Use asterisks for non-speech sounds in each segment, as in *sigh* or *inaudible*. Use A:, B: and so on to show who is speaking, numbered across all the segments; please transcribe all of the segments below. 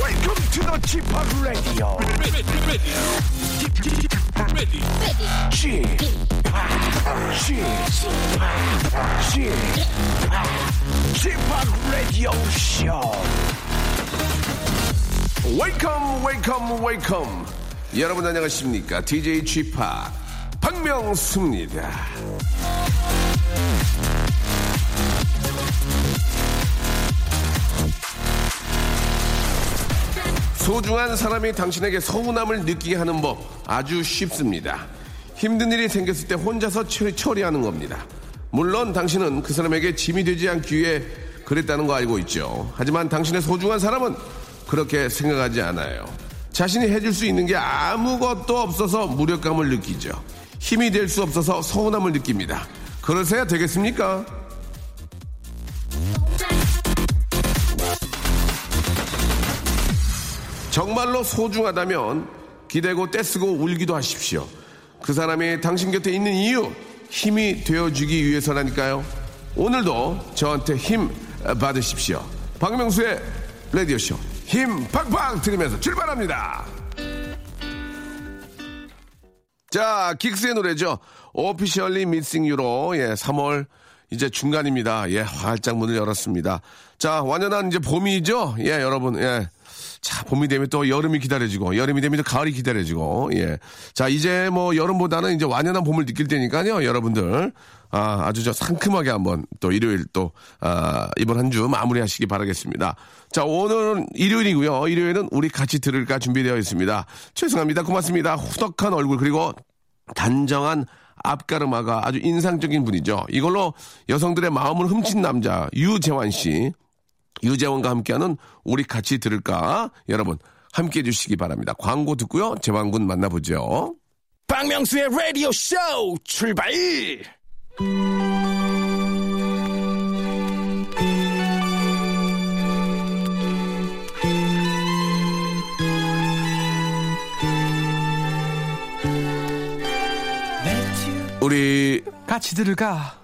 A: Welcome to the Chip Radio. Chip, Chip, Chip Radio Show.
B: 웨이컴 웨이컴 웨이컴 여러분 안녕하십니까 DJ g p 박명수입니다 소중한 사람이 당신에게 서운함을 느끼게 하는 법 아주 쉽습니다 힘든 일이 생겼을 때 혼자서 처리- 처리하는 겁니다 물론 당신은 그 사람에게 짐이 되지 않기 위해 그랬다는 거 알고 있죠 하지만 당신의 소중한 사람은 그렇게 생각하지 않아요 자신이 해줄 수 있는 게 아무것도 없어서 무력감을 느끼죠. 힘이 될 수 없어서 서운함을 느낍니다. 그러세야 되겠습니까? 정말로 소중하다면 기대고 떼쓰고 울기도 하십시오. 그 사람이 당신 곁에 있는 이유, 힘이 되어주기 위해서라니까요. 오늘도 저한테 힘 받으십시오. 박명수의 라디오쇼. 힘 팍팍 들이면서 출발합니다. 자, 긱스의 노래죠. 오피셜리 미싱 유로. 예, 3월 이제 중간입니다. 예, 활짝 문을 열었습니다. 자, 완연한 이제 봄이죠. 예, 여러분. 예. 자, 봄이 되면 또 여름이 기다려지고 여름이 되면 또 가을이 기다려지고. 예. 자, 이제 뭐 여름보다는 이제 완연한 봄을 느낄 때니까요. 여러분들 아, 아주 저 상큼하게 한번 또 일요일 또 아, 이번 한 주 마무리하시기 바라겠습니다. 자, 오늘은 일요일이고요. 일요일은 우리 같이 들을까 준비되어 있습니다. 죄송합니다. 고맙습니다. 후덕한 얼굴 그리고 단정한 앞가르마가 아주 인상적인 분이죠. 이걸로 여성들의 마음을 훔친 남자 유재환 씨. 유재원과 함께하는 우리 같이 들을까? 여러분, 함께 해주시기 바랍니다. 광고 듣고요. 제왕군 만나보죠.
A: 박명수의 Radio Show 출발.
B: 우리
C: 같이 들을까?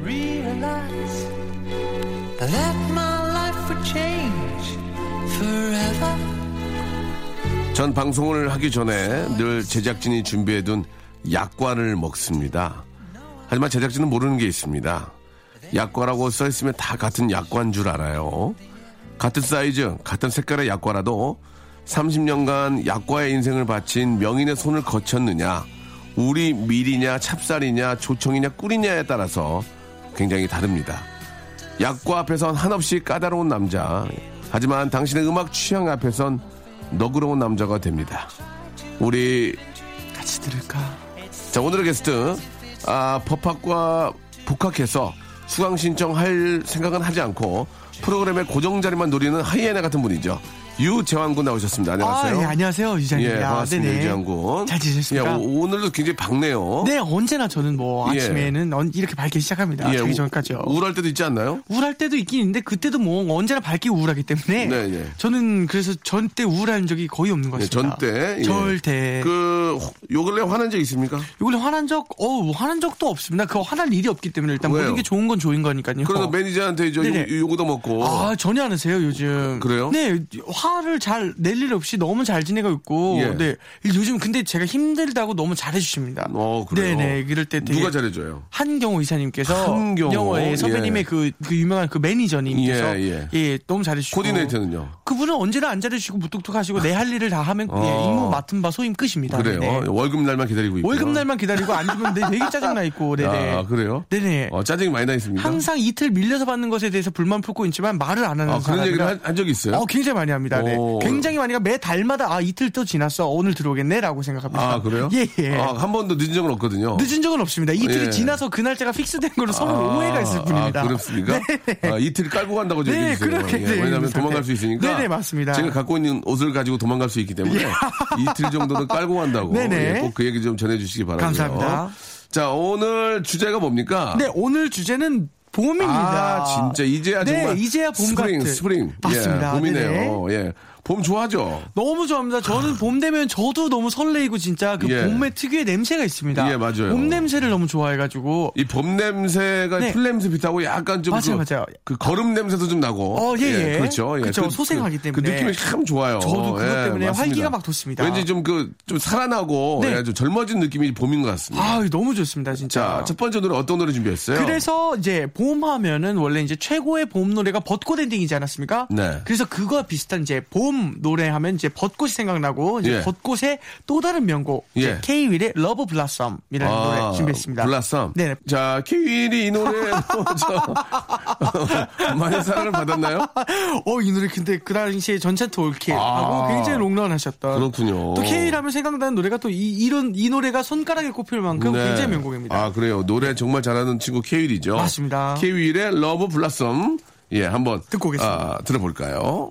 D: realize that my life would change forever.
B: 전 방송을 하기 전에 늘 제작진이 준비해둔 약과를 먹습니다. 하지만 제작진은 모르는 게 있습니다. 약과라고 써있으면 다 같은 약과인 줄 알아요. 같은 사이즈, 같은 색깔의 약과라도 30년간 약과의 인생을 바친 명인의 손을 거쳤느냐, 우리 밀이냐, 찹쌀이냐, 조청이냐, 꿀이냐에 따라서 굉장히 다릅니다. 약과 앞에선 한없이 까다로운 남자. 하지만 당신의 음악 취향 앞에선 너그러운 남자가 됩니다. 우리
C: 같이 들을까?
B: 자 오늘의 게스트 아 법학과 복학해서 수강 신청할 생각은 하지 않고 프로그램의 고정 자리만 노리는 하이에나 같은 분이죠. 유재환 군 나오셨습니다. 안녕하세요.
C: 아, 예, 안녕하세요. 유장입
B: 예,
C: 니다
B: 반갑습니다. 유재환 군.
C: 잘 지내셨습니까?
B: 예, 오, 늘도 굉장히 밝네요.
C: 네, 언제나 저는 뭐
B: 예.
C: 아침에는 언- 이렇게 밝게 시작합니다.
B: 예,
C: 아, 자기
B: 우-
C: 전까지요.
B: 우울할 때도 있지 않나요?
C: 우울할 때도 있긴 있는데 그때도 뭐 언제나 밝게 우울하기 때문에
B: 네, 예.
C: 저는 그래서 전때 우울한 적이 거의 없는 것
B: 예,
C: 같습니다.
B: 전때. 예.
C: 절대.
B: 그, 혹- 요 근래 화난 적 있습니까?
C: 요번에 화난 적, 어우, 화난 적도 없습니다. 그거 화날 일이 없기 때문에 일단
B: 왜요?
C: 모든 게 좋은 건 좋은 거니까요.
B: 그래서 매니저한테 저
C: 예, 어. 네네.
B: 요, 요구도 먹고.
C: 아, 전혀 안 하세요, 요즘.
B: 그래요?
C: 네, 화를 잘 낼 일 없이 너무 잘 지내고 있고.
B: 예.
C: 네. 요즘 근데 제가 힘들다고 너무 잘해주십니다.
B: 어, 그래요?
C: 네네, 이럴 때 되게. 어.
B: 누가 잘해줘요?
C: 한경호 이사님께서
B: 한경호,
C: 영어의
B: 예.
C: 선배님의 그, 그 유명한 그 매니저님께서
B: 예,
C: 예, 너무 잘해주시고
B: 코디네이터는요?
C: 그분은 언제나 안 잘해주시고 무뚝뚝하시고 내 할 일을 다 하면
B: 어.
C: 예, 임무 맡은 바 소임 끝입니다.
B: 그래요.
C: 아,
B: 어,
C: 네네.
B: 월급 날만 기다리고 있고.
C: 월급 날만 기다리고 안 주면 내- 되게 짜증 나 있고. 네네.
B: 아, 그래요?
C: 네네.
B: 어, 짜증이 많이 나 있습니다.
C: 항상 이틀 밀려서 받는 것에 대해서 불만 풀고 있지만 말을 안 하는
B: 아, 그런
C: 사람이라
B: 얘기를 한, 한 적이 있어요?
C: 어, 굉장히 많이 합니다. 있습니다. 네.
B: 오.
C: 굉장히 많이 가 매 달마다 아 이틀 또 지났어 오늘 들어오겠네라고 생각합니다.
B: 아 그래요?
C: *laughs* 예 예.
B: 아, 한 번도 늦은 적은 없거든요.
C: 늦은 적은 없습니다. 이틀이
B: 예.
C: 지나서 그 날짜가 픽스된 걸로 서로 오해가 있을 뿐입니다.
B: 아, 그렇습니까? 아, 이틀 깔고 간다고 제가
C: 네,
B: 얘기했어요. 예,
C: 그렇게 네,
B: 왜냐하면
C: 그렇습니다.
B: 도망갈 수 있으니까.
C: 네, 네, 맞습니다. 예.
B: 제가 갖고 있는 옷을 가지고 도망갈 수 있기 때문에
C: *laughs*
B: 이틀 정도는 깔고 간다고.
C: 네, 네.
B: 꼭 그 얘기 좀 전해주시기 바랍니다.
C: 감사합니다.
B: 자, 오늘 주제가 뭡니까?
C: 네 오늘 주제는
B: 아,
C: 봄입니다.
B: 진짜 이제야
C: 네,
B: 정말
C: 이제야 봄
B: 스프링,
C: 같은.
B: 스프링.
C: 맞습니다.
B: 예, 봄이네요.
C: 네네.
B: 예. 봄 좋아하죠?
C: 너무 좋아합니다. 저는 봄 되면 저도 너무 설레이고 진짜 그
B: 예.
C: 봄의 특유의 냄새가 있습니다.
B: 예, 맞아요. 예.
C: 봄 냄새를 너무 좋아해가지고
B: 이 봄 냄새가
C: 네.
B: 풀 냄새 비슷하고 약간 좀
C: 맞아요,
B: 그,
C: 맞아요.
B: 그 거름 냄새도 좀 나고.
C: 어, 예, 예.
B: 그렇죠. 예.
C: 그쵸,
B: 그,
C: 소생하기
B: 그, 그
C: 때문에.
B: 느낌이 참 좋아요. 예,
C: 저도 그것 때문에
B: 맞습니다.
C: 활기가 막 돋습니다.
B: 왠지 좀 그, 좀 살아나고,
C: 네.
B: 예, 좀 젊어진 느낌이 봄인 것 같습니다.
C: 아 너무 좋습니다 진짜.
B: 자, 첫 번째 노래 어떤 노래 준비했어요?
C: 그래서 이제 봄 하면은 원래 이제 최고의 봄 노래가 벚꽃 엔딩이지 않았습니까?
B: 네.
C: 그래서 그거와 비슷한 이제 봄 노래 하면 이제 벚꽃이 생각나고 이제
B: 예.
C: 벚꽃의 또 다른 명곡
B: 예.
C: 이제 K-윌의 러브 블라썸이라는 노래 준비했습니다.
B: 아, 블라썸.
C: 네.
B: 자, 키윌이 이 노래 *laughs* 뭐 저 *laughs* 많은 사랑을 받았나요?
C: *laughs* 어, 이 노래 근데 그 당시에 전차트 올킬하고
B: 아.
C: 굉장히 롱런하셨던
B: 그렇군요.
C: 또 K-윌 하면 생각나는 노래가 또 이, 런 이 노래가 손가락에 꼽힐 만큼
B: 네.
C: 굉장히 명곡입니다.
B: 아, 그래요. 노래 정말 잘하는 친구 케윌이죠.
C: 맞습니다.
B: 케윌의 러브 블라썸. 예, 한번
C: 듣고 오겠습니다.
B: 아, 들어볼까요?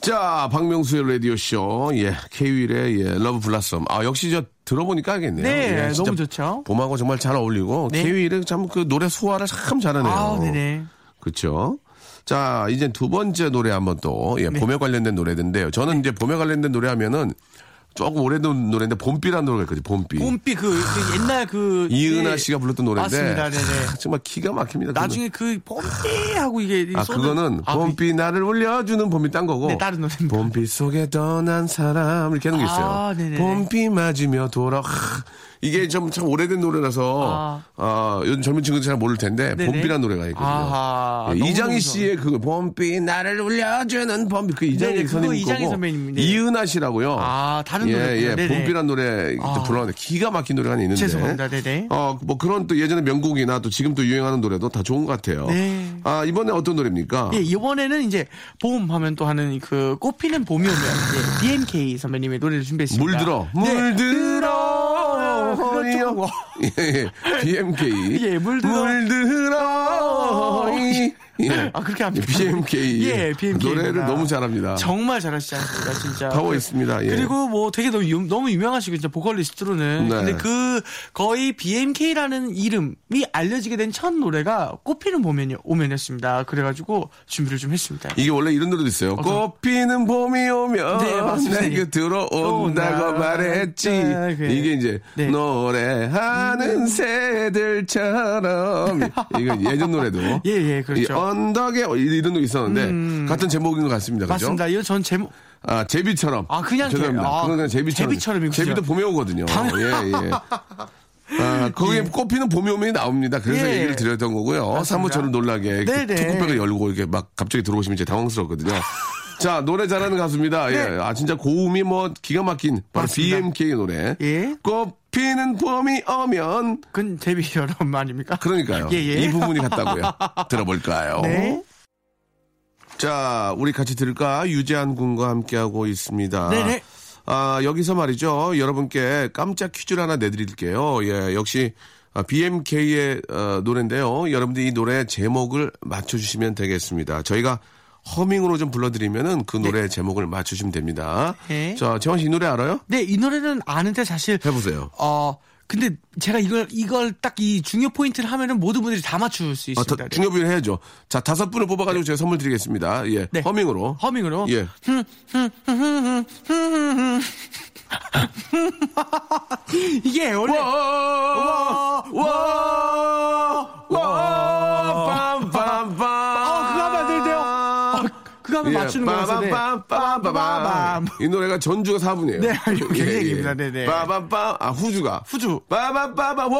B: 자, 박명수의 라디오쇼. 예, 케윌의 예, 러브 블라썸. 아, 역시 저 들어보니까 알겠네요.
C: 네,
B: 예, 진짜
C: 너무 좋죠.
B: 봄하고 정말 잘 어울리고
C: 네.
B: 케윌은 참 그 노래 소화를 참 잘하네요.
C: 아, 네네.
B: 그렇죠. 자, 이제 두 번째 노래 한번 또 예,
C: 네.
B: 봄에 관련된 노래인데요. 저는 이제 봄에 관련된 노래 하면은 조금 오래된 노래인데 봄비라는 노래가 있거든요. 봄비.
C: 봄비 그, 그 옛날 그
B: 이은하
C: 네.
B: 씨가 불렀던 노래인데
C: 맞습니다. 네네.
B: 하, 정말 기가 막힙니다. 그거는.
C: 나중에 그 봄비 하고 이게
B: 아
C: 쏘는-
B: 그거는
C: 아, 그-
B: 봄비 나를 울려주는 봄이 딴 거고
C: 네, 다른 노래입니다.
B: 봄비 속에 떠난 사람 이렇게 하는 게 있어요.
C: 아, 네네네.
B: 봄비 맞으며 돌아 하, 이게 좀 참 오래된 노래라서
C: 아.
B: 아, 요즘 젊은 친구들 잘 모를 텐데
C: 네네.
B: 봄비라는 노래가 있거든요.
C: 아하,
B: 예,
C: 너무
B: 이장희
C: 너무
B: 씨의 그 봄비 나를 울려주는 봄비 그 이장희
C: 네네, 그거
B: 선생님
C: 이장희
B: 거고
C: 선배님, 네.
B: 이은하 씨라고요.
C: 아, 다른
B: 예,
C: 노래군요.
B: 예,
C: 네네.
B: 봄비라는 노래 또
C: 아.
B: 불러왔는데 기가 막힌 노래가 하나 있는데
C: 죄송합니다. 네네.
B: 어, 뭐 그런 또 예전에 명곡이나 또 지금 또 유행하는 노래도 다 좋은 것 같아요.
C: 네.
B: 아, 이번에 어떤 노래입니까?
C: 예, 이번에는 이제 봄 하면 또 하는 그 꽃피는 봄이 오면 예, DMK 선배님의 노래를 준비했습니다.
B: 물들어.
C: 네.
B: 물들어.
C: 그거 조금 뭐-
B: *laughs* 예, 예. BMK.
C: 예, 물들어.
B: 물들어. 예.
C: 아, 그렇게 합니다.
B: BMK.
C: 예, BMK.
B: 노래를 너무 잘합니다.
C: 정말 잘하시지 않습니까, 진짜.
B: 파워 있습니다. 예.
C: 그리고 뭐 되게 너무, 유, 너무 유명하시고 진짜 보컬리스트로는
B: 네.
C: 근데 그 거의 BMK라는 이름이 알려지게 된 첫 노래가 꽃피는 봄이 오면이었습니다. 그래가지고 준비를 좀 했습니다.
B: 이게 원래 이런 노래도 있어요. 꽃 피는 봄이 오면
C: 네, 맞습니다.
B: 내 곁으로 온다고
C: 온다.
B: 말했지.
C: 네, 그래.
B: 이게 이제
C: 네. 음.
B: 노래하는 새들처럼 이거 예전 노래도
C: *laughs* 예, 예, 그렇죠. 음.
B: 이 언덕에 어, 이런 노래 있었는데 같은 제목인 것 같습니다. 그죠?
C: 맞습니다. 이거 전 제목
B: 아 제비처럼.
C: 아, 그냥
B: 죄송합니다.
C: 그래요. 아,
B: 그건 그냥 제비처럼.
C: 제비처럼이군요.
B: 제비도 봄에 오거든요. 예,
C: *laughs*
B: 예. 아, 거기에 꽃피는 봄이 오면이 나옵니다. 그래서
C: 예.
B: 얘기를 드렸던 거고요. 사무처를 놀라게
C: 네네.
B: 그 투구백을 열고 이렇게 막 갑자기 들어오시면 이제
C: *laughs*
B: 당황스럽거든요. 자, 노래 잘하는 가수입니다.
C: 네.
B: 예. 아, 진짜 고음이 뭐 기가 막힌 바로 BMK 노래.
C: 예.
B: 꽃피는 봄이 오면
C: 근 데뷔 *laughs* 여름 아닙니까?
B: 그러니까요.
C: 예, 예.
B: 이 부분이
C: *laughs*
B: 같다고요. 들어볼까요?
C: 네.
B: 자, 우리 같이 들을까? 유재한 군과 함께하고 있습니다.
C: 네네.
B: 아, 여기서 말이죠. 여러분께 깜짝 퀴즈를 하나 내드릴게요. 예, 역시 BMK의 어, 노래인데요. 여러분들이 이 노래 제목을 맞춰주시면 되겠습니다. 저희가 허밍으로 좀 불러드리면은 그 노래 제목을 맞추시면 됩니다.
C: 네.
B: 자, 재환 씨 이 노래 알아요?
C: 네, 이 노래는 아는데 사실
B: 해보세요.
C: 어 근데 제가 이걸 이걸 딱 이 중요 포인트를 하면은 모든 분들이 다 맞출
B: 아,
C: 수 있습니다.
B: 중요비를 해야죠. 자, 다섯 분을 뽑아가지고 제가 선물 드리겠습니다. 예,
C: 네.
B: 허밍으로.
C: 허밍으로.
B: 예.
C: 이게 원래
B: 와, 와, 와, 빰빰빰. 예,
C: 아, 그거 하면 안 되는데요. 아, 그거 하면 맞추는 거라서 네.
B: 빠밤빰빰빰빰. 이 노래가 전주가 4분이에요. 예,
C: 네, 알죠. 굉장히입니다. 네, 네.
B: 빠밤빰. 아, 후주가.
C: 후주.
B: 빠밤빰빰. 워,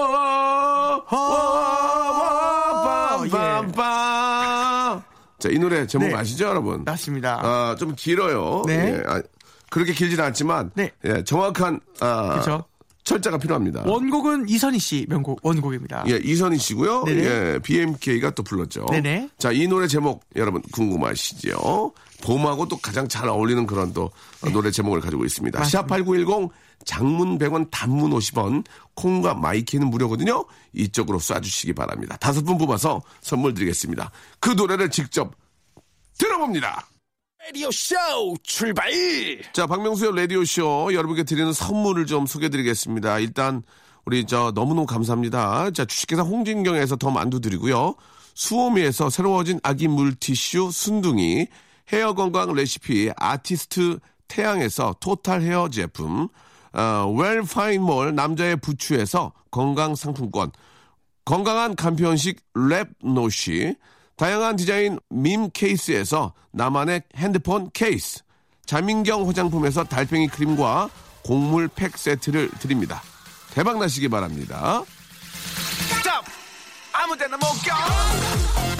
B: 워, 워,
C: 예.
B: 빰빰빰. 자, 이 노래 제목
C: 네.
B: 아시죠, 여러분?
C: 맞습니다.
B: 아, 좀 길어요.
C: 네.
B: 예, 아, 그렇게 길진 않지만
C: 네.
B: 예, 정확한 아,
C: 그쵸.
B: 철자가 필요합니다.
C: 원곡은 이선희 씨 명곡 원곡입니다.
B: 아. 예, 이선희 씨고요.
C: 네네.
B: 예, BMK가 또 불렀죠.
C: 네네.
B: 자, 이 노래 제목 여러분 궁금하시죠? 봄하고 또 가장 잘 어울리는 그런 또
C: 네.
B: 노래 제목을 가지고 있습니다. 샵8910 장문 100원 단문 50원 콩과 마이키는 무료거든요. 이쪽으로 쏴주시기 바랍니다. 다섯 분 뽑아서 선물 드리겠습니다. 그 노래를 직접 들어봅니다.
A: radio show 출발
B: 자, 박명수의 라디오쇼 여러분께 드리는 선물을 좀 소개드리겠습니다. 일단, 우리 저 너무너무 감사합니다. 자, 주식회사 홍진경에서 더 만두 드리고요. 수오미에서 새로워진 아기 물티슈 순둥이, 헤어 건강 레시피 아티스트 태양에서 토탈 헤어 제품, 어, 웰파인몰 남자의 부추에서 건강 상품권, 건강한 간편식 랩노시, 다양한 디자인 밈 케이스에서 나만의 핸드폰 케이스, 자민경 화장품에서 달팽이 크림과 곡물 팩 세트를 드립니다. 대박 나시기 바랍니다.
A: stop 아무데나 못가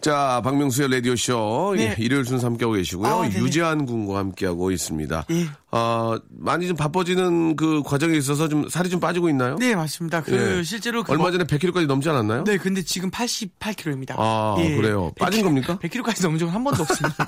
B: 자, 박명수의 라디오쇼.
C: 네.
B: 예, 일요일 순서 함께하고 계시고요.
C: 아, 네네.
B: 유재한 군과 함께하고 있습니다.
C: 예.
B: 어, 많이 좀 바빠지는 그 과정에 있어서 좀 살이 좀 빠지고 있나요?
C: 네 맞습니다. 그
B: 예.
C: 실제로 그
B: 얼마 전에 100kg까지 넘지 않았나요?
C: 네, 근데 지금 88kg입니다. 예.
B: 아, 그래요. 빠진 겁니까?
C: 100kg까지 넘은 적은 한
B: *laughs*
C: 번도 없습니다.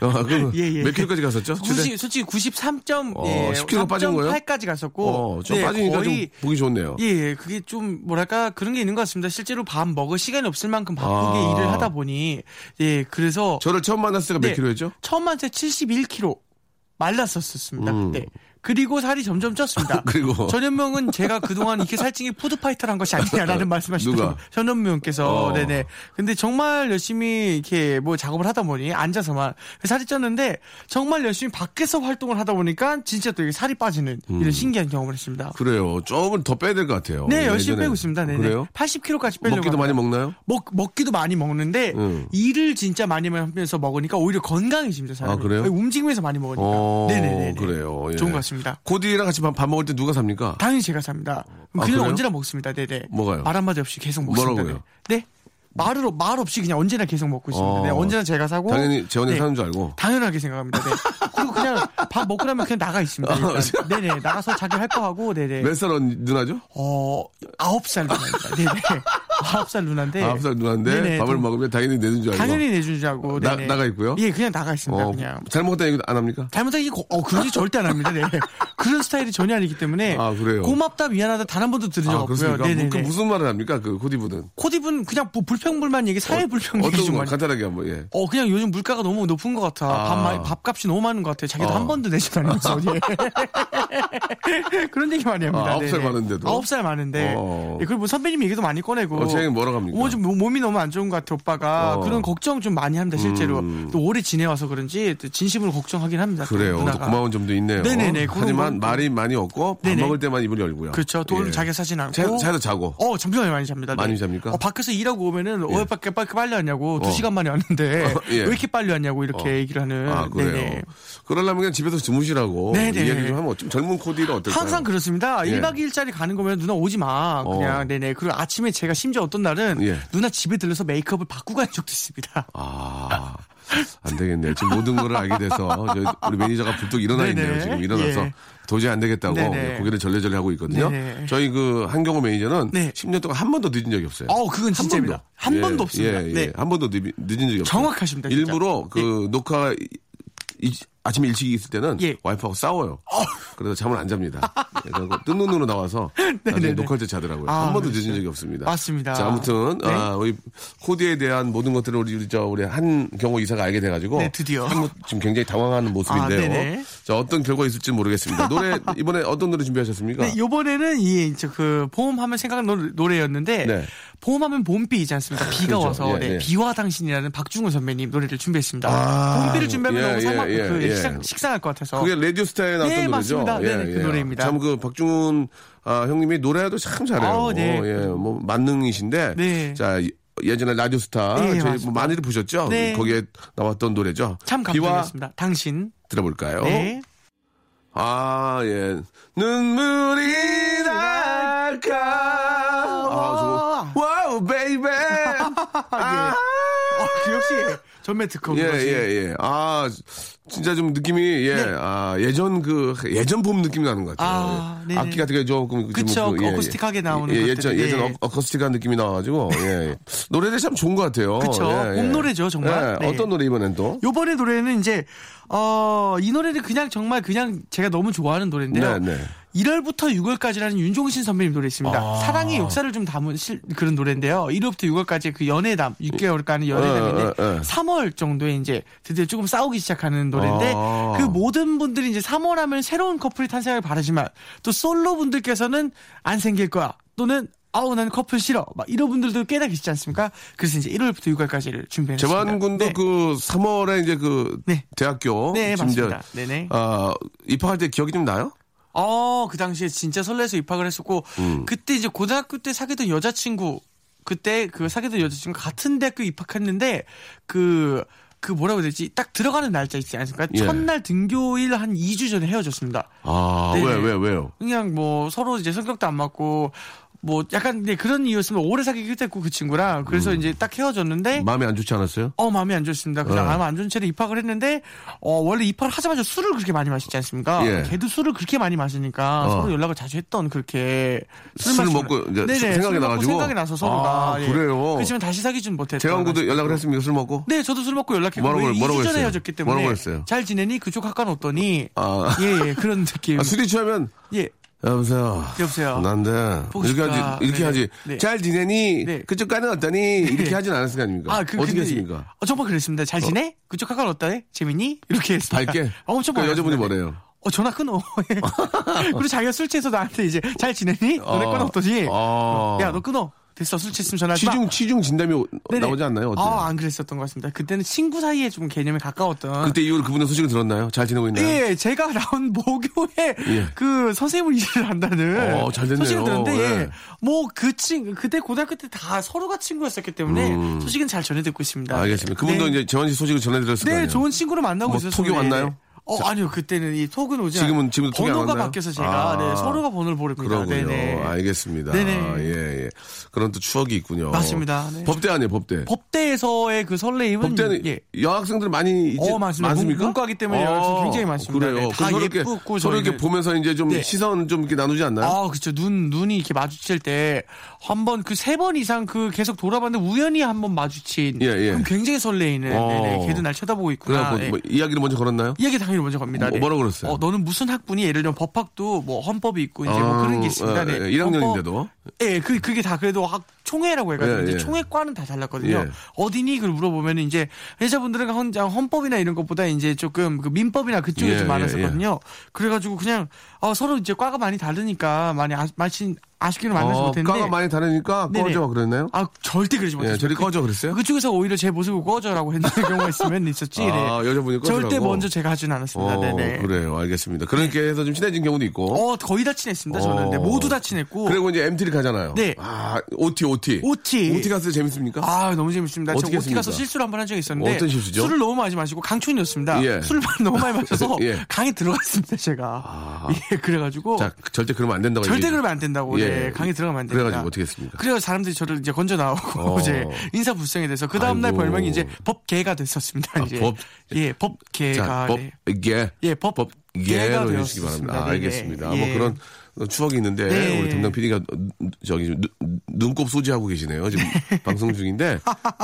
B: 어, 그럼
C: *laughs* 예, 예.
B: 몇 킬로까지 갔었죠? 최대?
C: 솔직히, 솔직히 예, 93.
B: 어, 10kg 빠진 거예요?
C: 8까지 갔었고. 네,
B: 어, 좀 빠지니까
C: 거의-
B: 좀 보기 좋네요.
C: 예, 예, 그게 좀 뭐랄까 그런 게 있는 것 같습니다. 실제로 밥 먹을 시간이 없을 만큼 바쁘게
B: 아.
C: 일을 하다 보니 예, 그래서
B: 저를 처음 만났을 때가 몇
C: 네.
B: 킬로였죠?
C: 처음 만세 71kg 말랐었습니다.
B: 음.
C: 그때. 그리고 살이 점점 쪘습니다.
B: *laughs* 그리고?
C: 전현명은 제가 그동안 이렇게 살찐게 푸드파이터를 한 것이 아니냐라는 말씀하셨던
B: 어, 누가?
C: 전현명께서
B: 어.
C: 네네. 근데 정말 열심히 이렇게 뭐 작업을 하다 보니 앉아서만 살이 쪘는데 정말 열심히 밖에서 활동을 하다 보니까 진짜 또 이게 살이 빠지는 이런 신기한 경험을 했습니다.
B: 음. 그래요. 조금 더 빼야 될 것 같아요.
C: 네, 열심히
B: 예전에.
C: 빼고 있습니다. 네네.
B: 그래요?
C: 80kg까지 빼려고.
B: 먹기도
C: 합니다.
B: 많이 먹나요?
C: 먹, 먹기도 많이 먹는데
B: 음.
C: 일을 진짜 많이 하면서 먹으니까 오히려 건강해집니다 사람이
B: 아, 그래요?
C: 움직이면서 많이 먹으니까
B: 어,
C: 네네네
B: 그래요. 예.
C: 좋은 것 같습니다
B: 코디랑 같이 밥, 밥 먹을 때 누가 삽니까?
C: 당연히 제가 삽니다
B: 아,
C: 그냥
B: 그래요?
C: 언제나 먹습니다 네네
B: 뭐가요?
C: 말 한마디 없이 계속 먹습니다
B: 뭐라고요?
C: 네 네? 말으로 말 없이 그냥 언제나 계속 먹고 있습니다
B: 어.
C: 네, 언제나 제가 사고
B: 당연히 재원이
C: 네.
B: 사는 줄 알고.
C: 당연하게 생각합니다. 네. 그리고 그냥 밥 먹고 나면 그냥 나가
B: 아,
C: 있습니다. 일단. 네네 나가서 자기 할 거 하고 네네
B: 몇 살 누나죠?
C: 어 아홉 살 누나입니다. 네네 아홉 살 누나인데
B: 아홉 살 누나인데
C: 네. 네네,
B: 밥을
C: 좀-
B: 먹으면 당연히 내는 줄 알고.
C: 당연히 내준 줄 알고
B: 네, 어, 나-
C: 네네.
B: 나가 있고요?
C: 예, 그냥 나가 있습니다.
B: 어,
C: 그냥
B: 잘못했다 얘기 안 합니까?
C: 잘못한 게 고- 어, 그런 게 절대 안 합니다. 네. *laughs* 그런 스타일이 전혀 아니기 때문에
B: 아, 그래요?
C: 고맙다 미안하다 단 한 번도 들은 적
B: 아,
C: 없고요.
B: 그렇습니까?
C: 네네네.
B: 그 무슨 말을 합니까? 그 코디분은.
C: 코디분 그냥 뭐 불평불만 얘기 사회 불평 얘기
B: 어떤
C: 좀
B: 거
C: 많이.
B: 간단하게 한번, 예.
C: 어 그냥 요즘 물가가 너무 높은 것 같아.
B: 아.
C: 밥 많이- 밥값이 너무 많은 것 같아. 자기도
B: 어.
C: 한 번도 내지
B: *laughs*
C: 않으면서 예. *laughs* 그런 얘기 많이 합니다.
B: 아, 아홉 살
C: 네네.
B: 많은데도?
C: 아홉 살 많은데
B: 어.
C: 예, 그리고 뭐 선배님 얘기도 많이 꺼내고.
B: 어, 선생님 뭐라고 합니까?
C: 어, 좀 몸이 너무 안 좋은 것 같아 오빠가
B: 어.
C: 그런 걱정 좀 많이 합니다 실제로
B: 음.
C: 또 오래 지내와서 그런지 또 진심으로 걱정하긴 합니다. 또
B: 그래요. 또
C: 누나가.
B: 고마운 점도 있네요.
C: 네네네, 그런
B: 하지만
C: 건 또-
B: 말이 많이 없고 밥
C: 네네.
B: 먹을 때만 입을 열고요.
C: 그렇죠. 또
B: 예.
C: 자기 가 사진 않고.
B: 자- 자도 자고.
C: 어, 잠시만 많이 잡니다.
B: 많이 잡니까? 예.
C: 어, 밖에서 일하고 오면은 왜 이렇게 빨리, 빨리 왔냐고 두
B: 어.
C: 시간 만에 왔는데
B: *laughs* 예.
C: 왜 이렇게 빨리 왔냐고 이렇게 얘기를 하는.
B: 아, 그래요.
C: 네네.
B: 그러려면 그냥 집에서 주무시라고
C: 네네.
B: 이야기 좀 하면 좀 젊은 코디를 어떨까요?
C: 항상 그렇습니다.
B: 예.
C: 1박 2일짜리 가는 거면 누나 오지 마. 그냥
B: 어.
C: 네네. 그리고 아침에 제가 심지어 어떤 날은
B: 예.
C: 누나 집에 들러서 메이크업을 바꾸고 간 적도 있습니다.
B: 아, 안 되겠네요. 지금 모든 걸 알게 돼서 저 우리 매니저가 불뚝 일어나
C: 네네.
B: 있네요. 지금 일어나서
C: 예.
B: 도저히 안 되겠다고 예,
C: 네네.
B: 고개를 절레절레 하고 있거든요.
C: 네네.
B: 저희 그 한경호 매니저는
C: 네.
B: 10년 동안 한 번도 늦은 적이 없어요.
C: 어, 그건 진짜입니다. 한
B: 예,
C: 번도 없습니다.
B: 예, 예.
C: 네.
B: 한 번도 늦, 은 적이 없어요.
C: 정확하십니다, 진짜. 네.
B: 일부러 그 녹화 이- 이- 아침에 일찍 있을 때는
C: 예. 어.
B: 와이프하고 싸워요. 그래서 잠을 안 잡니다. 예, 그래서 뜬 눈으로 나와서 나중에
C: *laughs* 네네네.
B: 녹화할 때 자더라고요.
C: 아,
B: 한 번도
C: 그러시죠.
B: 늦은 적이 없습니다.
C: 맞습니다.
B: 자, 아무튼
C: 네.
B: 아, 우리 코디에 대한 모든 것들을 우리 우리 저 우리 한 경우 이사가 알게 돼가지고
C: 네, 드디어.
B: 한 번- 지금 굉장히 당황하는
C: 아,
B: 모습인데요.
C: 네네.
B: 자, 어떤 결과 있을지 모르겠습니다.
C: *laughs*
B: 노래 이번에 어떤 노래 준비하셨습니까?
C: 네, 요번에는 이, 저, 그, 봄하면 생각나는 노래였는데,
B: 네.
C: 봄하면 봄비이지 않습니까? 비가
B: 그렇죠.
C: 와서,
B: 예,
C: 네,
B: 예.
C: 비와 당신이라는 박중훈 선배님 노래를 준비했습니다. 봄비를 준비하면
B: 예,
C: 너무 삼아,
B: 예,
C: 그,
B: 예, 예.
C: 식상, 식상할 것 같아서.
B: 그게 레디오스타에 나왔던
C: 어. 네,
B: 노래죠. 예,
C: 맞습니다. 네네, 그 노래입니다.
B: 참 그 박중훈 아, 형님이 노래도 참 잘해요.
C: 아우, 네.
B: 예, 뭐 만능이신데
C: 네.
B: 자 예전에 라디오스타
C: 네,
B: 저희
C: 맞습니다.
B: 뭐 많이들 보셨죠?
C: 네.
B: 거기에 나왔던 노래죠.
C: 참
B: 비와
C: 감동이었습니다. 당신.
B: 들어볼까요?
C: 네.
B: 아, 예.
C: 네.
B: 눈물이
C: *laughs*
B: 날까. 아, 저거. 와우, 베이베. 아,
C: 어, 그 역시 전매 특허.
B: 예,
C: 그것이.
B: 예, 예. 아, 진짜 좀 느낌이, 예, 아, 예전 그, 예전 봄 느낌이 나는 것 같아요.
C: 네. 아,
B: 예.
C: 네네.
B: 악기 같은 게 조금. 그
C: 그쵸,
B: 지금 그,
C: 어쿠스틱하게 나오는
B: 예, 예, 예전,
C: 것들이,
B: 예전
C: 예.
B: 어- 어쿠스틱한 느낌이 나와가지고, 예, 예. 노래들이 참 좋은 것 같아요.
C: 그쵸.
B: 예, 예.
C: 봄노래죠, 정말.
B: 예,
C: 네.
B: 어떤 노래 이번엔 또?
C: 요번에 노래는 이제 어 이 노래는 그냥 정말 그냥 제가 너무 좋아하는 노래인데요.
B: 네, 네.
C: 1월부터 6월까지라는 윤종신 선배님 노래 있습니다.
B: 아.
C: 사랑의 역사를 좀 담은 실- 그런 노래인데요. 1월부터 6월까지 그 연애담 6개월간의 연애담인데
B: 어, 어, 어.
C: 3월 정도에 이제 드디어 조금 싸우기 시작하는 노래인데
B: 아.
C: 그 모든 분들이 이제 3월 하면 새로운 커플이 탄생을 바라지만 또 솔로 분들께서는 안 생길 거야 또는 아우 난 커플 싫어 막 이런 분들도 꽤나 계시지 않습니까? 그래서 이제 1월부터 6월까지를 준비했습니다.
B: 재만 군도 그 3월에 이제 그
C: 네.
B: 대학교
C: 네,
B: 지금 이제,
C: 맞습니다. 네네.
B: 아, 입학할 때 기억이 좀 나요?
C: 어, 그 당시에 진짜 설레서 입학을 했었고,
B: 음.
C: 그때 이제 고등학교 때 사귀던 여자친구, 그때 그 사귀던 여자친구 같은 대학교 입학했는데, 그, 그 뭐라고 해야 되지? 딱 들어가는 날짜 있지 않습니까?
B: 예.
C: 첫날 등교일 한 2주 전에 헤어졌습니다.
B: 아,
C: 네네.
B: 왜, 왜, 왜요?
C: 그냥 뭐 서로 이제 성격도 안 맞고, 뭐 약간 근데 그런 이유였으면 오래 사귀기도 했고 그 친구랑 그래서
B: 음.
C: 이제 딱 헤어졌는데
B: 마음이 안 좋지 않았어요?
C: 어 마음이 안 좋습니다. 그냥
B: 네.
C: 마음 안 좋은 채로 입학을 했는데 어 원래 입학을 하자마자 술을 그렇게 많이 마시지 않습니까?
B: 예.
C: 걔도 술을 그렇게 많이 마시니까
B: 어.
C: 서로 연락을 자주 했던 그렇게
B: 술을
C: 마시고-
B: 먹고 이제
C: 네네,
B: 생각이
C: 술 먹고
B: 나가지고?
C: 생각이 나서 서로가
B: 아,
C: 예.
B: 그래요?
C: 그렇지만 다시 사귀진 못했던.
B: 재환군도 연락을 했습니까? 술 먹고?
C: 네, 저도 술 먹고 연락했고
B: 뭐라고
C: 뭐
B: 그래- 뭐라고
C: 2주 전에
B: 그랬어요?
C: 헤어졌기 때문에
B: 뭐라고 그랬어요?
C: 잘 지내니 그쪽 학과 는 어떠니?
B: 아.
C: 예, 예 그런 느낌.
B: 아, 술이 취하면
C: 예.
B: 여보세요.
C: 여보세요.
B: 난데
C: 보고
B: 이렇게
C: 싶다.
B: 하지 이렇게
C: 네.
B: 하지.
C: 네.
B: 잘 지내니
C: 네.
B: 그쪽 가는 어떠니 이렇게 하진 않았을 거 아닙니까?
C: 아, 그,
B: 어떻게
C: 근데-
B: 했습니까?
C: 어, 정말 그랬습니다. 잘 지내? 그쪽 학과는 어때? 재밌니? 이렇게 했습니다.
B: 밝게?
C: *laughs* 어, 엄청
B: 그
C: 밝았습니다.
B: 여자분이 뭐래요?
C: 어, 전화 끊어. *laughs* 그리고 자기가 술 취해서 나한테 이제 잘 지내니?
B: 아,
C: 노래 네. 끊어 어떠지?
B: 아.
C: 야, 너 끊어. 됐어. 술 취했으면 전화하지 마.
B: 취중 취중 진담이 오-
C: 네네.
B: 나오지 않나요? 어때요?
C: 아, 안 그랬었던 것 같습니다. 그때는 친구 사이에 좀 개념에 가까웠던.
B: 그때 이후로 그분의 소식을 들었나요? 잘 지내고 있나요?
C: 아. 예, 제가 나온 *laughs* 모교에
B: 예.
C: 그 선생님을 일을 한다는
B: 어, 잘 됐네요.
C: 소식을 들었는데,
B: 예.
C: 예. 뭐그 친, 그때 고등학교 때 다 서로가 친구였었기 때문에 소식은 잘 전해 듣고 있습니다.
B: 음. 알겠습니다. 그분도
C: 네.
B: 이제 재환 씨 소식을 전해드렸을 거예요.
C: 네, 좋은 친구를 만나고
B: 뭐
C: 있었어요.
B: 톡이 왔나요?
C: 어, 아니요. 그때는 이 톡은 오지
B: 지금은-
C: 않-
B: 지금도 톡이 안
C: 번호가
B: 왔나요?
C: 바뀌어서 제가
B: 아.
C: 네, 서로가 번호를 보냅니다.
B: 그러군요.
C: 네네.
B: 알겠습니다.
C: 네네.
B: 아, 예, 예. 그런 또 추억이 있군요.
C: 맞습니다. 네.
B: 법대 아니에요, 법대.
C: 법대에서의 그 설레임은
B: 법대는
C: 예.
B: 여학생들 많이 있지
C: 어, 맞습니다.
B: 많습니까? 어,
C: 문- 문과기 때문에 여학생 굉장히 많습니다.
B: 그래요.
C: 네,
B: 그럼
C: 다
B: 서로
C: 예쁘고
B: 이렇게, 서로 이렇게
C: 저희는-
B: 보면서 이제 좀
C: 네.
B: 시선 좀 이렇게 나누지 않나요?
C: 아, 그렇죠. 눈 눈이 이렇게 마주칠 때 한 번 그 세 번 이상 그 계속 돌아봤는데 우연히 한 번 마주친
B: 예, 예.
C: 그럼 굉장히 설레이는
B: 어.
C: 네네. 걔도 날 쳐다보고 있구나.
B: 그래갖고
C: 예.
B: 뭐 이야기를 먼저 걸었나요?
C: 이야기 당연히 먼저 갑니다.
B: 뭐- 뭐라고 그랬어요?
C: 어, 너는 무슨 학부니? 예를 들면 법학도 뭐 헌법이 있고 이제
B: 아,
C: 뭐 그런 게 있습니다. 네.
B: 예, 예, 1학년인데도.
C: 예, 그 그게 다 그래도 학 총회라고 해가지고
B: 예,
C: 이제
B: 예.
C: 총회과는 다 달랐거든요.
B: 예.
C: 어디니? 그걸 물어보면 이제 여자분들은 혼자 헌법이나 이런 것보다 이제 조금 그 민법이나 그쪽에
B: 예,
C: 좀 많았었거든요.
B: 예,
C: 그래가지고 그냥 어, 서로 이제 과가 많이 다르니까 많이 아, 마신 아쉽기는 만나지
B: 어,
C: 못했는데.
B: 과가 많이 다르니까
C: 네네.
B: 꺼져 그랬나요?
C: 아 절대 그러지 못했어요.
B: 저리
C: 그-
B: 꺼져 그랬어요?
C: 그쪽에서 오히려 제 모습을 꺼져라고 했는 *laughs* 경우가 있으면 있었지.
B: 아,
C: 네.
B: 여자분이 꺼지라고?
C: 절대 먼저 제가 하진 않았습니다.
B: 어,
C: 네네. 네.
B: 그래요. 알겠습니다. 그렇게 해서 좀 친해진 경우도 있고.
C: 어 거의 다 친했습니다.
B: 어.
C: 저는 네, 모두 다 친했고.
B: 그리고 이제 MT를 가잖아요.
C: 네.
B: 아, OT, OT.
C: OT.
B: OT 갔을 때 재밌습니까?
C: 아 너무 재밌습니다. 제가
B: 어떻게
C: 어디 가서
B: 했습니까?
C: 실수를 한 번 한 적이 있었는데
B: 어떤 실수죠?
C: 술을 너무 많이 마시고 강촌이었습니다.
B: 예.
C: 술을 너무 많이 마셔서
B: *laughs* 예. 아.
C: 강에 들어갔습니다. 제가 *laughs* 예 그래가지고
B: 자, 절대 그러면 안 된다고.
C: 절대
B: 얘기해.
C: 그러면 안 된다고
B: 예.
C: 네, 강에 들어가면 안 된다.
B: 그래가지고 어떻게 했습니까?
C: 그래서 사람들이 저를 이제 건져 나오고
B: 어.
C: *laughs* 이제 인사 불성이 돼서 그 다음 날
B: 아이고.
C: 별명이 이제 법계가 됐었습니다.
B: 아,
C: 이제
B: 법-
C: 예 법계가
B: 자,
C: 네.
B: 법계.
C: 예, 법-
B: 법계로
C: 계가
B: 해주시기 바랍니다.
C: 되었습니다.
B: 아,
C: 네네.
B: 알겠습니다.
C: 예.
B: 뭐 그런 추억이 있는데
C: 네.
B: 우리 담당 PD가 저기 좀 눈- 눈곱 소지하고 계시네요.
C: *laughs*
B: 지금 방송 중인데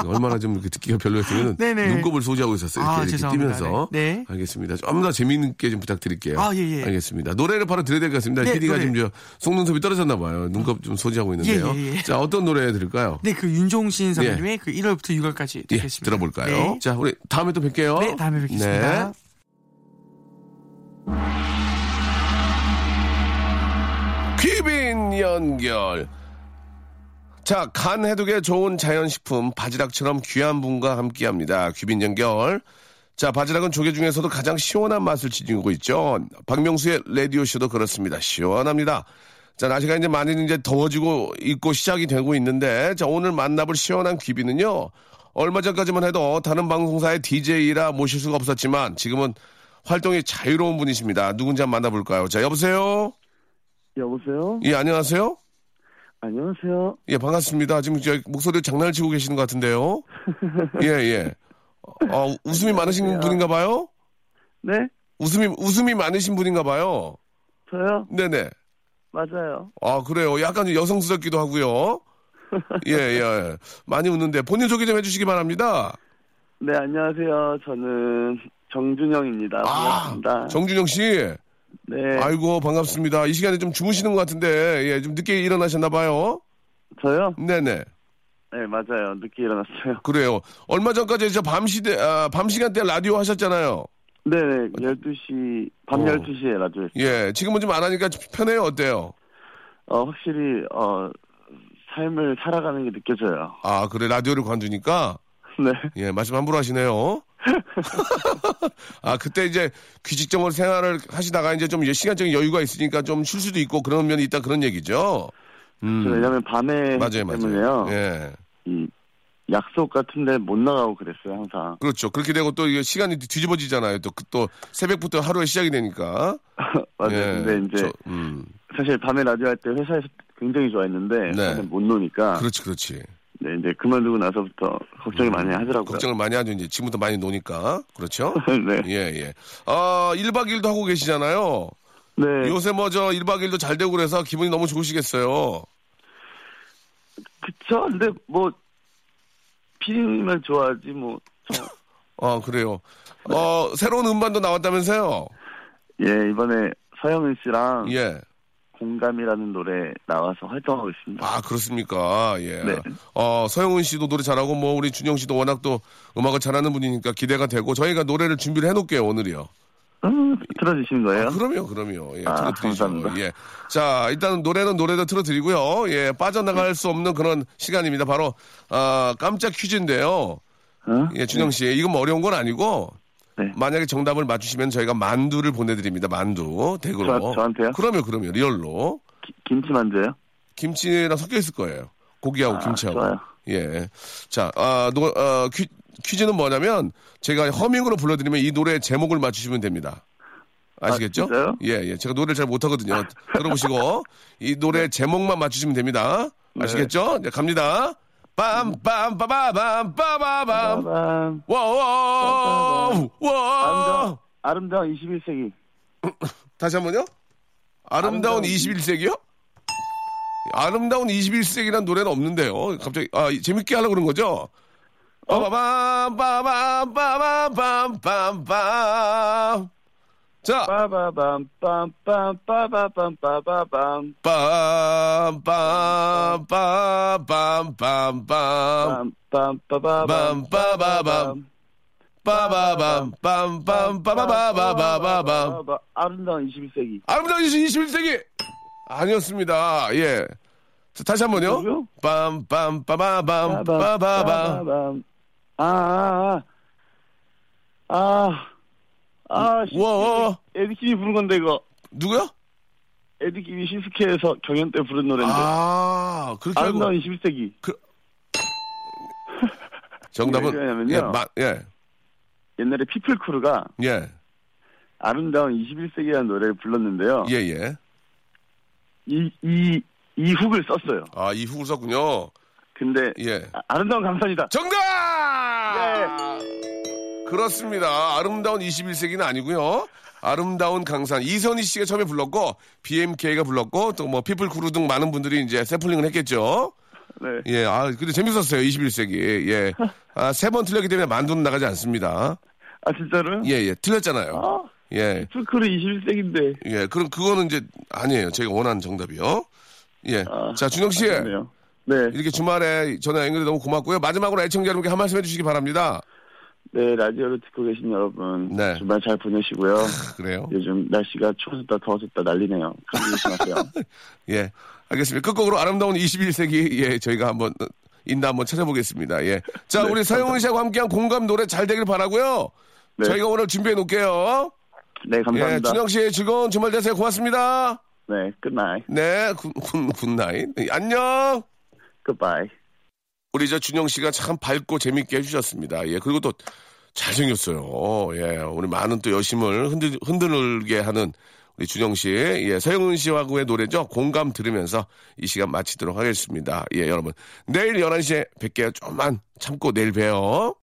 B: 얼마나 좀 이렇게 듣기가 별로였으면
C: 네네.
B: 눈곱을 소지하고 있었어요. 이렇게,
C: 아,
B: 이렇게
C: 죄송합니다.
B: 뛰면서.
C: 네. 네.
B: 알겠습니다. 좀 더 재미있게 좀 부탁드릴게요.
C: 아, 예, 예.
B: 알겠습니다. 노래를 바로 드려야 될 것 같습니다.
C: 네,
B: PD가
C: 노래.
B: 지금 저 속눈썹이 떨어졌나 봐요. 눈곱 좀 소지하고 있는데요.
C: 예, 예, 예.
B: 자, 어떤 노래 들을까요?
C: 네, 그 윤종신 선배님의 그 1월부터 6월까지
B: 예,
C: 듣겠습니다.
B: 들어볼까요?
C: 네.
B: 자, 우리 다음에 또 뵐게요.
C: 네, 다음에 뵙겠습니다.
B: 네. 귀빈 연결. 자, 간 해독에 좋은 자연식품 바지락처럼 귀한 분과 함께합니다. 귀빈 연결. 자, 바지락은 조개 중에서도 가장 시원한 맛을 지니고 있죠. 박명수의 라디오 쇼도 그렇습니다. 시원합니다. 자, 날씨가 이제 많이 이제 더워지고 있고 시작이 되고 있는데, 자, 오늘 만나볼 시원한 귀빈은요, 얼마 전까지만 해도 다른 방송사의 DJ라 모실 수가 없었지만, 지금은 활동이 자유로운 분이십니다. 누군지 한번 만나볼까요? 자, 여보세요?
E: 여보세요?
B: 예, 안녕하세요?
E: 안녕하세요.
B: 예, 반갑습니다. 지금 저 목소리로 장난을 치고 계시는 것
E: *laughs*
B: 같은데요. 예, 예. 어, 웃음이 많으신 분인가 봐요?
E: 네,
B: 웃음이, 웃음이 많으신 분인가 봐요.
E: 저요.
B: 네네.
E: 맞아요.
B: 아, 그래요. 약간 여성스럽기도
E: *laughs*
B: 하고요. 예, 예. 많이 웃는데. 본인 소개 좀 해주시기 바랍니다.
E: 네, 안녕하세요. 저는
B: 아,
E: 정준영입니다. 아, 반갑습니다.
B: 정준영 씨.
E: 네,
B: 아이고, 반갑습니다. 이 시간에 좀 주무시는 것 같은데, 예, 좀 늦게 일어나셨나 봐요.
E: 저요.
B: 네네.
E: 네, 맞아요. 늦게 일어났어요.
B: 그래요. 얼마 전까지 저 밤시대, 아, 밤시간대 라디오 하셨잖아요.
E: 네, 네, 12시, 밤
B: 어.
E: 12시에 라디오 했어요.
B: 예, 지금은 좀 안 하니까 편해요. 어때요?
E: 어, 확실히, 어, 삶을 살아가는 게 느껴져요. *laughs*
B: 아, 그래. 라디오를 관두니까.
E: 네.
B: 예, 말씀 함부로 하시네요. *laughs* 아, 그때 이제 귀직정원 생활을 하시다가 이제 좀 시간적인 여유가 있으니까 좀 쉴 수도 있고 그런 면이 있다 그런 얘기죠. 음.
E: 저 왜냐면 밤에
B: 맞아요,
E: 했기
B: 맞아요.
E: 때문에요.
B: 예.
E: 이 약속 같은데 못 나가고 그랬어요, 항상.
B: 그렇죠. 그렇게 되고 또 이게 시간이 뒤집어지잖아요. 또, 그, 또 새벽부터 하루에 시작이 되니까.
E: 맞아요.
B: 예.
E: 근데 이제
B: 저- 음.
E: 사실 밤에 라디오 할 때 회사에서 굉장히 좋아했는데
B: 네.
E: 사실 못 노니까
B: 그렇지, 그렇지.
E: 네, 이제 그만두고 나서부터 걱정이 많이 하더라고요.
B: 음. 걱정을 많이 하죠. 이제 지금부터 많이 노니까. 그렇죠.
E: *laughs* 네.
B: 예, 예. 아, 1박 2일도 하고 계시잖아요.
E: 네.
B: 요새 뭐 저 1박 2일도 잘 되고 그래서 기분이 너무 좋으시겠어요.
E: 그쵸? 근데 뭐 피디님을 좋아하지 뭐. 저-
B: 아, 그래요.
E: 네.
B: 어, 새로운 음반도 나왔다면서요?
E: 예, 이번에 서영은 씨랑
B: 예.
E: 공감이라는 노래 나와서 활동하고 있습니다.
B: 아, 그렇습니까? 예.
E: 네.
B: 어, 서영은 씨도 노래 잘하고, 뭐, 우리 준영 씨도 워낙 또 음악을 잘하는 분이니까 기대가 되고, 저희가 노래를 준비를 해놓을게요, 오늘이요.
E: 음, 틀어주신 거예요?
B: 그럼요, 그럼요. 예,
E: 아,
B: 틀어드리죠.
E: 감사합니다.
B: 예. 자, 일단 노래는 노래도 틀어드리고요. 예,
E: 음.
B: 빠져나갈 수 없는 그런 시간입니다. 바로, 아, 깜짝 퀴즈인데요.
E: 어?
B: 예, 준영 씨. 이건 뭐 어려운 건 아니고,
E: 네.
B: 만약에 정답을 맞추시면 저희가 만두를 보내드립니다. 만두. 댁으로.
E: 저- 저한테요?
B: 그럼요, 그럼요. 리얼로.
E: 기- 김치 만두요?
B: 김치랑 섞여 있을 거예요. 고기하고
E: 아,
B: 김치하고.
E: 좋아요.
B: 예. 자, 아, 노, 어, 퀴, 퀴즈는 뭐냐면 제가 허밍으로 불러드리면 이 노래 제목을 맞추시면 됩니다. 아시겠죠?
E: 아, 진짜요? 아.
B: 예, 예. 제가 노래를 잘 못하거든요. *laughs* 들어보시고 이
E: 네.
B: 노래 제목만 맞추시면 됩니다. 아시겠죠? 자, 갑니다. 빰빰빠바밤빠바밤
E: 빠밤.
B: 워워
E: 아름다운,
B: 워
E: 아름다운 21세기.
B: 다시 한 번요. 아름다운
E: 아름다운
B: 21세기요? 아름다운 21세기란 노래는 없는데요. 갑자기 아 재밌게 하려고 그런 거죠?
E: 어?
B: 빠바밤빠바밤빠바밤빰빰빰 자,
E: 빠바밤, 빰빰, 빠바밤, 빠바밤,
B: 빰빰빰빰빰빰
E: 빰, 빰, 빠바밤,
B: 빰빠바밤 빠바밤빰빰빰빠바바바바밤
E: 아름다운 21세기.
B: 아름다운 21세기 아니었습니다. 예. 자, 다시 한 번요.
E: 뭐죠?
B: 빰빰빠바밤 빠바밤
E: 아, 아, 아. 아, 아, 씨.
B: 워
E: 에드킴이 부른 건데, 이거.
B: 누구요?
E: 에드킴이 신스케에서 경연 때 부른 노래인데.
B: 아 그렇게 알고
E: 아름다운 21세기.
B: 정답은
E: 왜냐면요.
B: 예, 마, 예.
E: 옛날에 피플크루가
B: 예.
E: 아름다운 21세기라는 노래를 불렀는데요.
B: 예, 예.
E: 이, 이, 이 훅을 썼어요.
B: 아, 이 훅을 썼군요.
E: 근데
B: 예.
E: 아, 아름다운 감성이다.
B: 정답! 예. 그렇습니다. 아름다운 21세기는 아니고요. 아름다운 강산 이선희 씨가 처음에 불렀고 BMK가 불렀고 또 뭐 피플 크루 등 많은 분들이 이제 샘플링을 했겠죠.
E: 네.
B: 예, 아 근데 재밌었어요. 21세기. 예. 아, 세 번 틀렸기 때문에 만두는 나가지 않습니다.
E: 아, 진짜로요?
B: 예, 예. 틀렸잖아요.
E: 아,
B: 예.
E: 피플크루 21세기인데.
B: 예. 그럼 그거는 이제 아니에요. 제가 원하는 정답이요. 예.
E: 아,
B: 자, 준영 씨.
E: 아쉽네요. 네.
B: 이렇게 주말에 전화 연결이 너무 고맙고요. 마지막으로 애청자 여러분께 한 말씀 해 주시기 바랍니다.
E: 네, 라디오를 듣고 계신 여러분.
B: 네. 아.
E: 주말 잘 보내시고요.
B: 그래요.
E: 요즘 날씨가 추워졌다 더워졌다 난리네요. 감기
B: *laughs*
E: 조심하세요.
B: 예. 알겠습니다. 끝곡으로 아름다운 21세기, 예, 저희가 한번, 어, 인나 한번 찾아보겠습니다. 예. 자, 우리 서영훈 씨하고 함께한 공감 노래 잘 되길 바라고요
E: 네.
B: 저희가 오늘 준비해 놓을게요.
E: 네,
B: 예,
E: 감사합니다.
B: 준영 씨 즐거운 주말 되세요. 고맙습니다.
E: 네, 굿나잇.
B: 네, 굿, 굿, 굿나잇. 네, 안녕!
E: 굿바이.
B: 우리 저 준영 씨가 참 밝고 재밌게 해주셨습니다. 예, 그리고 또 잘생겼어요. 예, 우리 많은 또 여심을 흔들, 흔들게 하는 우리 준영 씨, 예, 서영은 씨하고의 노래죠. 공감 들으면서 이 시간 마치도록 하겠습니다. 예, 여러분. 내일 11시에 뵐게요. 좀만 참고 내일 봬요.